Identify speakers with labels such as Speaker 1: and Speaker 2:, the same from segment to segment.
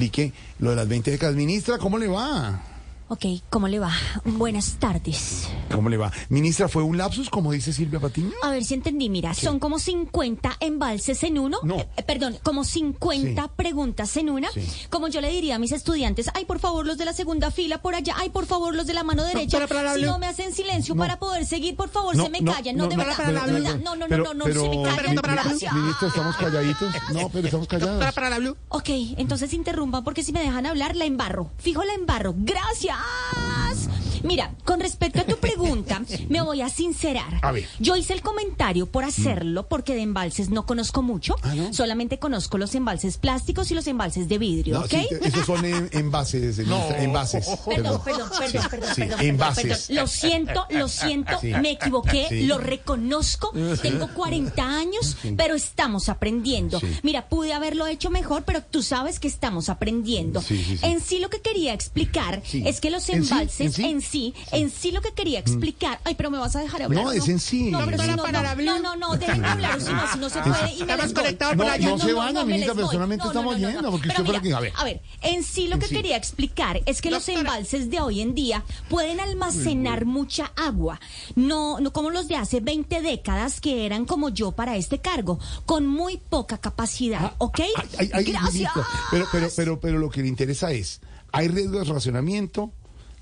Speaker 1: Explique lo de las 20 décadas. Ministra, ¿cómo le va?
Speaker 2: Ok, ¿cómo le va? Buenas tardes.
Speaker 1: ¿Cómo le va? Ministra, ¿fue un lapsus, como dice Silvia Patiño?
Speaker 2: A ver si entendí, mira, son como 50 embalses en uno.
Speaker 1: No.
Speaker 2: Eh, perdón, como 50
Speaker 1: Sí.
Speaker 2: preguntas en una.
Speaker 1: Sí.
Speaker 2: Como yo le diría a mis estudiantes, ay, por favor, los de la segunda fila por allá, ay, por favor, los de la mano derecha.
Speaker 1: para, para,
Speaker 2: si
Speaker 1: Leo.
Speaker 2: no me hacen silencio
Speaker 1: No.
Speaker 2: para poder seguir, por favor, se me callan. No, de verdad.
Speaker 1: pero-
Speaker 2: de verdad, no, no, no, no, no,
Speaker 1: pero-
Speaker 2: se me callan.
Speaker 1: mi-
Speaker 2: gracias.
Speaker 1: Ministra, estamos calladitos. No, pero estamos callados.
Speaker 2: Ok, entonces interrumpan porque si me dejan hablar la embarro. Fijo la embarro. Gracias. Mira, con respecto a tu pregunta, me voy a sincerar.
Speaker 1: A ver.
Speaker 2: Yo hice el comentario por hacerlo porque de embalses no conozco mucho.
Speaker 1: Ah, ¿no?
Speaker 2: Solamente conozco los embalses plásticos y los embalses de vidrio,
Speaker 1: No,
Speaker 2: ¿ok?
Speaker 1: sí, te- esos son en- envases, ministra, envases.
Speaker 2: Perdón, perdón, perdón,
Speaker 1: Sí,
Speaker 2: perdón, perdón,
Speaker 1: sí,
Speaker 2: perdón,
Speaker 1: envases.
Speaker 2: perdón. Lo siento, lo siento,
Speaker 1: Ah, Sí.
Speaker 2: me equivoqué,
Speaker 1: Sí.
Speaker 2: lo reconozco. Tengo 40 años, pero estamos aprendiendo.
Speaker 1: Sí.
Speaker 2: Mira, pude haberlo hecho mejor, pero tú sabes que estamos aprendiendo.
Speaker 1: Sí, sí, sí.
Speaker 2: En sí lo que quería explicar
Speaker 1: Sí.
Speaker 2: es que los
Speaker 1: ¿En sí? ¿En
Speaker 2: embalses
Speaker 1: sí? Mm.
Speaker 2: en sí, en sí lo que quería explicar. Ay, pero me vas a dejar hablar.
Speaker 1: No, es en sí.
Speaker 2: No, pero si no, no,
Speaker 3: Para hablar.
Speaker 2: no, no, no, déjenme hablar, si no, si no se puede y me
Speaker 3: Estabas
Speaker 2: les voy.
Speaker 3: conectado por
Speaker 2: No,
Speaker 3: allá.
Speaker 2: no,
Speaker 1: No se vayan,
Speaker 2: no, me
Speaker 1: Minita,
Speaker 2: les voy.
Speaker 1: personalmente
Speaker 2: No, no,
Speaker 1: estamos
Speaker 2: no, no,
Speaker 1: yendo,
Speaker 2: no.
Speaker 1: porque
Speaker 2: Pero
Speaker 1: usted fue la
Speaker 2: mira,
Speaker 1: que- a ver.
Speaker 2: a ver, en sí lo
Speaker 1: En
Speaker 2: que
Speaker 1: sí.
Speaker 2: quería explicar es que los
Speaker 3: Doctora.
Speaker 2: embalses de hoy en día pueden almacenar mucha agua, no, no como los de hace 20 décadas que eran como yo para este cargo, con muy poca capacidad, ¿ok?
Speaker 1: Ah, Ay, ay, ay,
Speaker 2: Gracias.
Speaker 1: ministra, Pero, pero, pero, pero lo que le interesa es, ¿hay riesgo de racionamiento?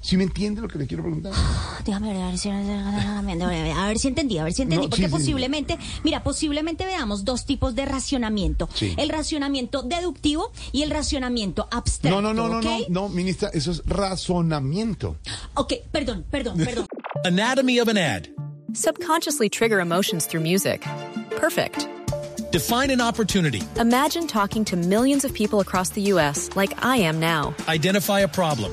Speaker 1: ¿Sí me entiende lo que le quiero preguntar?
Speaker 2: Déjame ver, a ver si, a ver si entendí, a ver si entendí,
Speaker 1: No,
Speaker 2: porque
Speaker 1: sí, sí, sí.
Speaker 2: posiblemente, mira, posiblemente veamos dos tipos de racionamiento,
Speaker 1: Sí.
Speaker 2: el racionamiento deductivo y el racionamiento abstracto,
Speaker 1: No, no, no, no,
Speaker 2: ¿ok?
Speaker 1: no, no, ministra, eso es razonamiento.
Speaker 2: Ok, perdón, perdón, perdón.
Speaker 4: Anatomy of an ad.
Speaker 5: Subconsciously trigger emotions through music. Perfect.
Speaker 4: Define an opportunity.
Speaker 5: Imagine talking to millions of people across the U.S. like I am now.
Speaker 4: Identify a problem.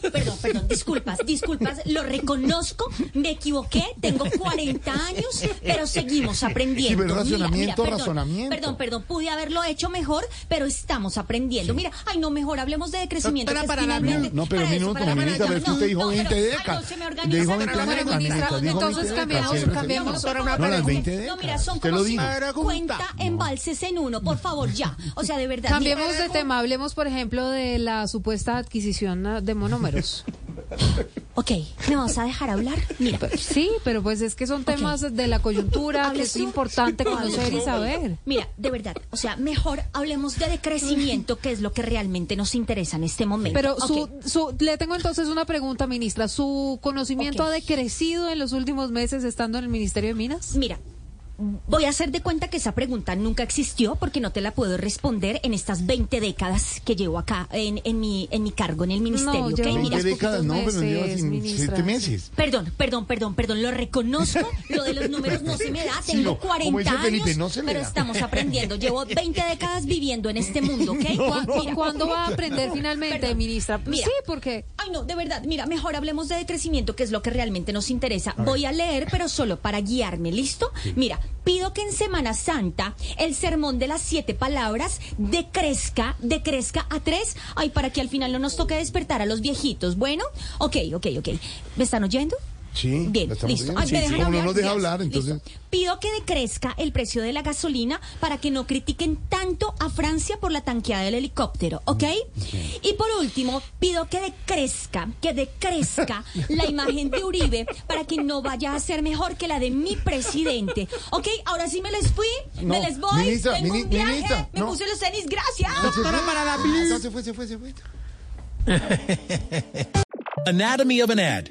Speaker 2: Perdón, perdón, disculpas, disculpas, lo reconozco, me equivoqué, tengo 40 años, pero seguimos
Speaker 1: Sí,
Speaker 2: aprendiendo.
Speaker 1: pero razonamiento,
Speaker 2: perdón,
Speaker 1: razonamiento.
Speaker 2: Perdón, perdón, pude haberlo hecho mejor, pero estamos aprendiendo. Mira, ay, no, mejor hablemos de crecimiento.
Speaker 3: Doctora,
Speaker 2: que es
Speaker 3: para la-
Speaker 2: finalmente-
Speaker 1: No, pero
Speaker 2: para eso,
Speaker 1: minuto,
Speaker 2: para la-
Speaker 1: ministra,
Speaker 2: para-
Speaker 1: pero es que usted dijo 20
Speaker 2: pero- ay,
Speaker 1: décadas.
Speaker 2: no, se me
Speaker 1: Le
Speaker 2: organiza,
Speaker 1: dijo
Speaker 2: pero
Speaker 1: 20
Speaker 2: para la
Speaker 1: décadas,
Speaker 2: ministra,
Speaker 1: ministra, dijo
Speaker 2: entonces
Speaker 1: 20
Speaker 2: cambiamos,
Speaker 1: décadas, siempre se
Speaker 2: cambiamos,
Speaker 1: dijo.
Speaker 2: por
Speaker 3: No,
Speaker 2: favor.
Speaker 1: las 20
Speaker 2: No, mira,
Speaker 1: décadas,
Speaker 2: son
Speaker 1: usted
Speaker 2: como
Speaker 1: lo dijo.
Speaker 2: 50 embalses en uno, por favor, ya. O sea, de verdad.
Speaker 6: Cambiemos
Speaker 2: mira,
Speaker 6: de tema, hablemos por ejemplo de la supuesta adquisición ah, de monómeros.
Speaker 2: Ok, ¿me vas a dejar hablar? Mira.
Speaker 6: Sí, pero pues es que son temas de la coyuntura que
Speaker 2: Hables
Speaker 6: es
Speaker 2: tú.
Speaker 6: importante
Speaker 2: No,
Speaker 6: conocer y
Speaker 2: hables tú.
Speaker 6: saber.
Speaker 2: Mira, de verdad, o sea, mejor hablemos de decrecimiento, que es lo que realmente nos interesa en este momento.
Speaker 6: Pero su,
Speaker 2: Ok.
Speaker 6: su- le tengo entonces una pregunta, ministra. ¿Su conocimiento
Speaker 2: Ok.
Speaker 6: ha decrecido en los últimos meses estando en el Ministerio de Minas?
Speaker 2: Mira, voy a hacer de cuenta que esa pregunta nunca existió porque no te la puedo responder en estas 20 décadas que llevo acá en, en mi, en mi cargo en el ministerio.
Speaker 6: No,
Speaker 2: ¿ok?
Speaker 6: yo-
Speaker 2: Mira,
Speaker 1: 20
Speaker 6: Miras
Speaker 1: décadas, no,
Speaker 6: poquitos
Speaker 1: pero lleva
Speaker 6: meses,
Speaker 1: sin-
Speaker 6: ministra,
Speaker 1: siete
Speaker 6: sí.
Speaker 1: meses.
Speaker 2: Perdón, perdón, perdón, perdón, lo reconozco. Lo de los números no se me da.
Speaker 1: Sí,
Speaker 2: Tengo
Speaker 1: no, como
Speaker 2: 40
Speaker 1: dice Felipe,
Speaker 2: años,
Speaker 1: no se le
Speaker 2: pero
Speaker 1: da.
Speaker 2: estamos aprendiendo. Llevo 20 décadas viviendo en este mundo, ¿ok?
Speaker 6: ¿Cuá-
Speaker 2: Mira.
Speaker 6: ¿Cuándo va a aprender finalmente,
Speaker 2: Perdón.
Speaker 6: ministra?
Speaker 2: Mira.
Speaker 6: Sí, porque
Speaker 2: Ay, no, de verdad, mira, mejor hablemos de decrecimiento, que es lo que realmente nos interesa.
Speaker 1: ver.
Speaker 2: Voy a leer, pero solo para guiarme, ¿listo? Mira, pido que en Semana Santa el sermón de las siete palabras decrezca, decrezca a tres. Ay, para que al final no nos toque despertar a los viejitos. Bueno, ok, ok, ok. ¿Me están oyendo?
Speaker 1: Sí,
Speaker 2: Bien,
Speaker 1: la estamos
Speaker 2: listo.
Speaker 1: oyendo.
Speaker 2: Ay,
Speaker 1: Sí,
Speaker 2: ¿me
Speaker 1: sí.
Speaker 2: dejan
Speaker 1: Como no
Speaker 2: hablar?
Speaker 1: nos deja
Speaker 2: Yes,
Speaker 1: hablar, entonces-
Speaker 2: listo. Pido que decrezca el precio de la gasolina para que no critiquen tanto a Francia por la tanqueada del helicóptero, ¿ok? Y por último, pido que decrezca, que decrezca la imagen de Uribe para que no vaya a ser mejor que la de mi presidente, ¿ok? Ahora sí me les fui, me
Speaker 1: No,
Speaker 2: les voy,
Speaker 1: ministra,
Speaker 2: tengo
Speaker 1: mini-
Speaker 2: un viaje,
Speaker 1: ministra,
Speaker 2: me
Speaker 1: no.
Speaker 2: puse los tenis, gracias.
Speaker 3: Doctora, para la blu.
Speaker 1: No, se fue, se fue, se fue.
Speaker 4: Anatomy of an ad.